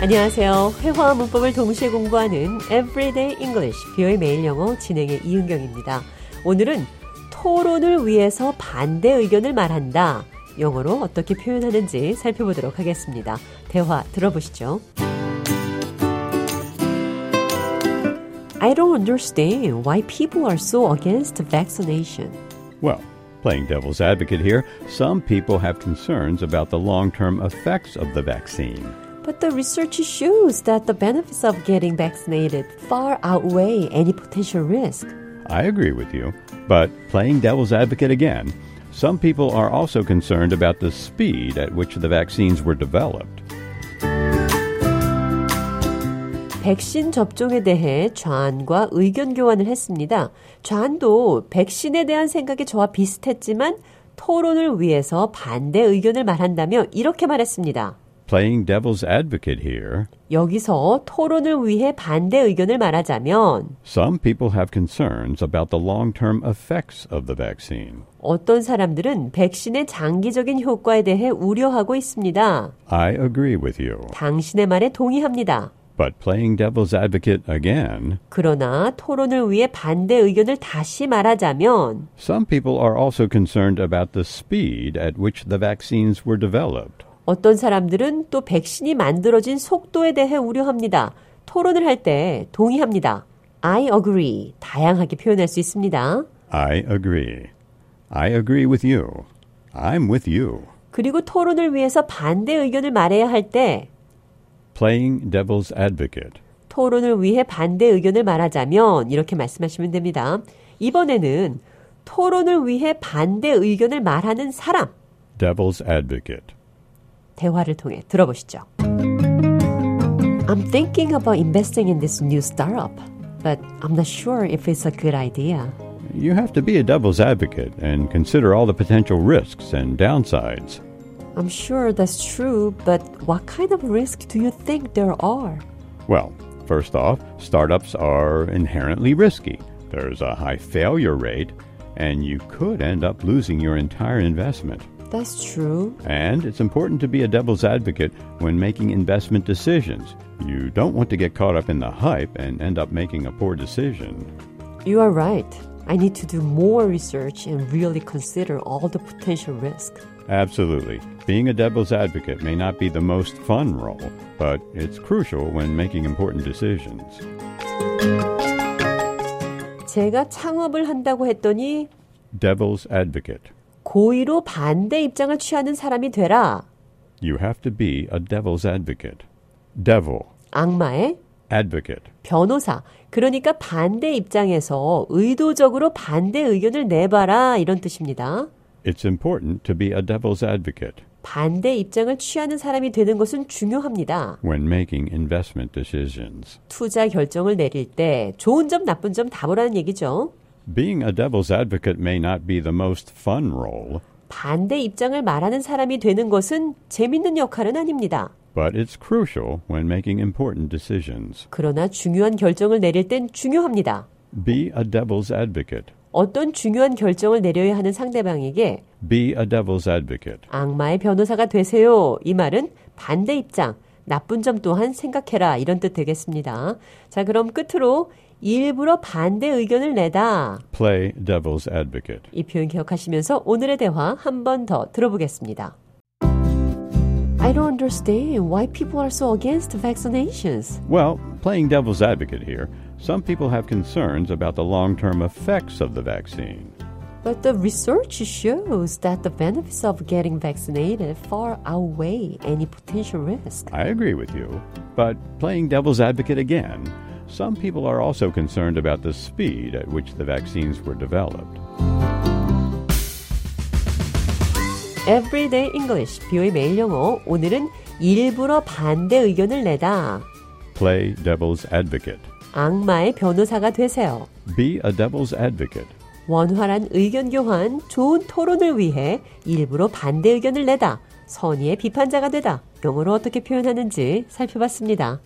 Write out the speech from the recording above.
안녕하세요. 회화와 문법을 동시에 공부하는 Everyday English, 비의 매일 영어 진행의 이은경입니다. 오늘은 토론을 위해서 반대 의견을 말한다. 영어로 어떻게 표현하는지 살펴보도록 하겠습니다. 대화 들어보시죠. I don't understand why people are so against vaccination. Well, playing devil's advocate here, some people have concerns about the long term effects of the vaccine. But the research shows that the benefits of getting vaccinated far outweigh any potential risk. I agree with you, but playing devil's advocate again, some people are also concerned about the speed at which the vaccines were developed. 백신 접종에 대해 좌안과 의견 교환을 했습니다. 좌안도 백신에 대한 생각이 저와 비슷했지만 토론을 위해서 반대 의견을 말한다며 이렇게 말했습니다. Playing devil's advocate here, 여기서 토론을 위해 반대 의견을 말하자면 some people have concerns about the long term effects of the vaccine. 어떤 사람들은 백신의 장기적인 효과에 대해 우려하고 있습니다. I agree with you, 당신의 말에 동의합니다. but playing devil's advocate again, 그러나 토론을 위해 반대 의견을 다시 말하자면 some people are also concerned about the speed at which the vaccines were developed. 어떤 사람들은 또 백신이 만들어진 속도에 대해 우려합니다. 토론을 할 때 동의합니다. I agree. 다양하게 표현할 수 있습니다. I agree. I agree with you. I'm with you. 그리고 토론을 위해서 반대 의견을 말해야 할 때 Playing devil's advocate. 토론을 위해 반대 의견을 말하자면 이렇게 말씀하시면 됩니다. 이번에는 토론을 위해 반대 의견을 말하는 사람 Devil's advocate. 대화를 통해 들어보시죠. I'm thinking about investing in this new startup, but I'm not sure if it's a good idea. You have to be a devil's advocate and consider all the potential risks and downsides. I'm sure that's true, but what kind of risk do you think there are? Well, first off, startups are inherently risky. There's a high failure rate, and you could end up losing your entire investment. That's true. And it's important to be a devil's advocate when making investment decisions. You don't want to get caught up in the hype and end up making a poor decision. You are right. I need to do more research and really consider all the potential risk. Absolutely. Being a devil's advocate may not be the most fun role, but it's crucial when making important decisions. 제가 창업을 한다고 했더니 Devil's advocate. 고의로 반대 입장을 취하는 사람이 되라. You have to be a devil's advocate. Devil. 악마의 Advocate. 변호사. 그러니까 반대 입장에서 의도적으로 반대 의견을 내봐라. 이런 뜻입니다. It's important to be a devil's advocate 반대 입장을 취하는 사람이 되는 것은 중요합니다. when making investment decisions. 투자 결정을 내릴 때 좋은 점, 나쁜 점 다 보라는 얘기죠. Being a devil's advocate may not be the most fun role, 반대 입장을 말하는 사람이 되는 것은 재밌는 역할은 아닙니다. but it's crucial when making important decisions. 그러나 중요한 결정을 내릴 땐 중요합니다. Be a devil's advocate. 어떤 중요한 결정을 내려야 하는 상대방에게 Be a devil's advocate. 악마의 변호사가 되세요. 이 말은 반대 입장, 나쁜 점 또한 생각해라. 이런 뜻 되겠습니다. 자, 그럼 끝으로 일부러 반대 의견을 내다. Play devil's advocate. 이 표현 기억하시면서 오늘의 대화 한 번 더 들어보겠습니다. I don't understand why people are so against vaccinations. Well, playing devil's advocate here, some people have concerns about the long term effects of the vaccine. But the research shows that the benefits of getting vaccinated far outweigh any potential risk. I agree with you, but playing devil's advocate again, some people are also concerned about the speed at which the vaccines were developed. Everyday English, 비오의 매일 영어. 오늘은 일부러 반대 의견을 내다. Play devil's advocate. 악마의 변호사가 되세요. Be a devil's advocate. 원활한 의견 교환, 좋은 토론을 위해 일부러 반대 의견을 내다, 선의의 비판자가 되다, 영어로 어떻게 표현하는지 살펴봤습니다.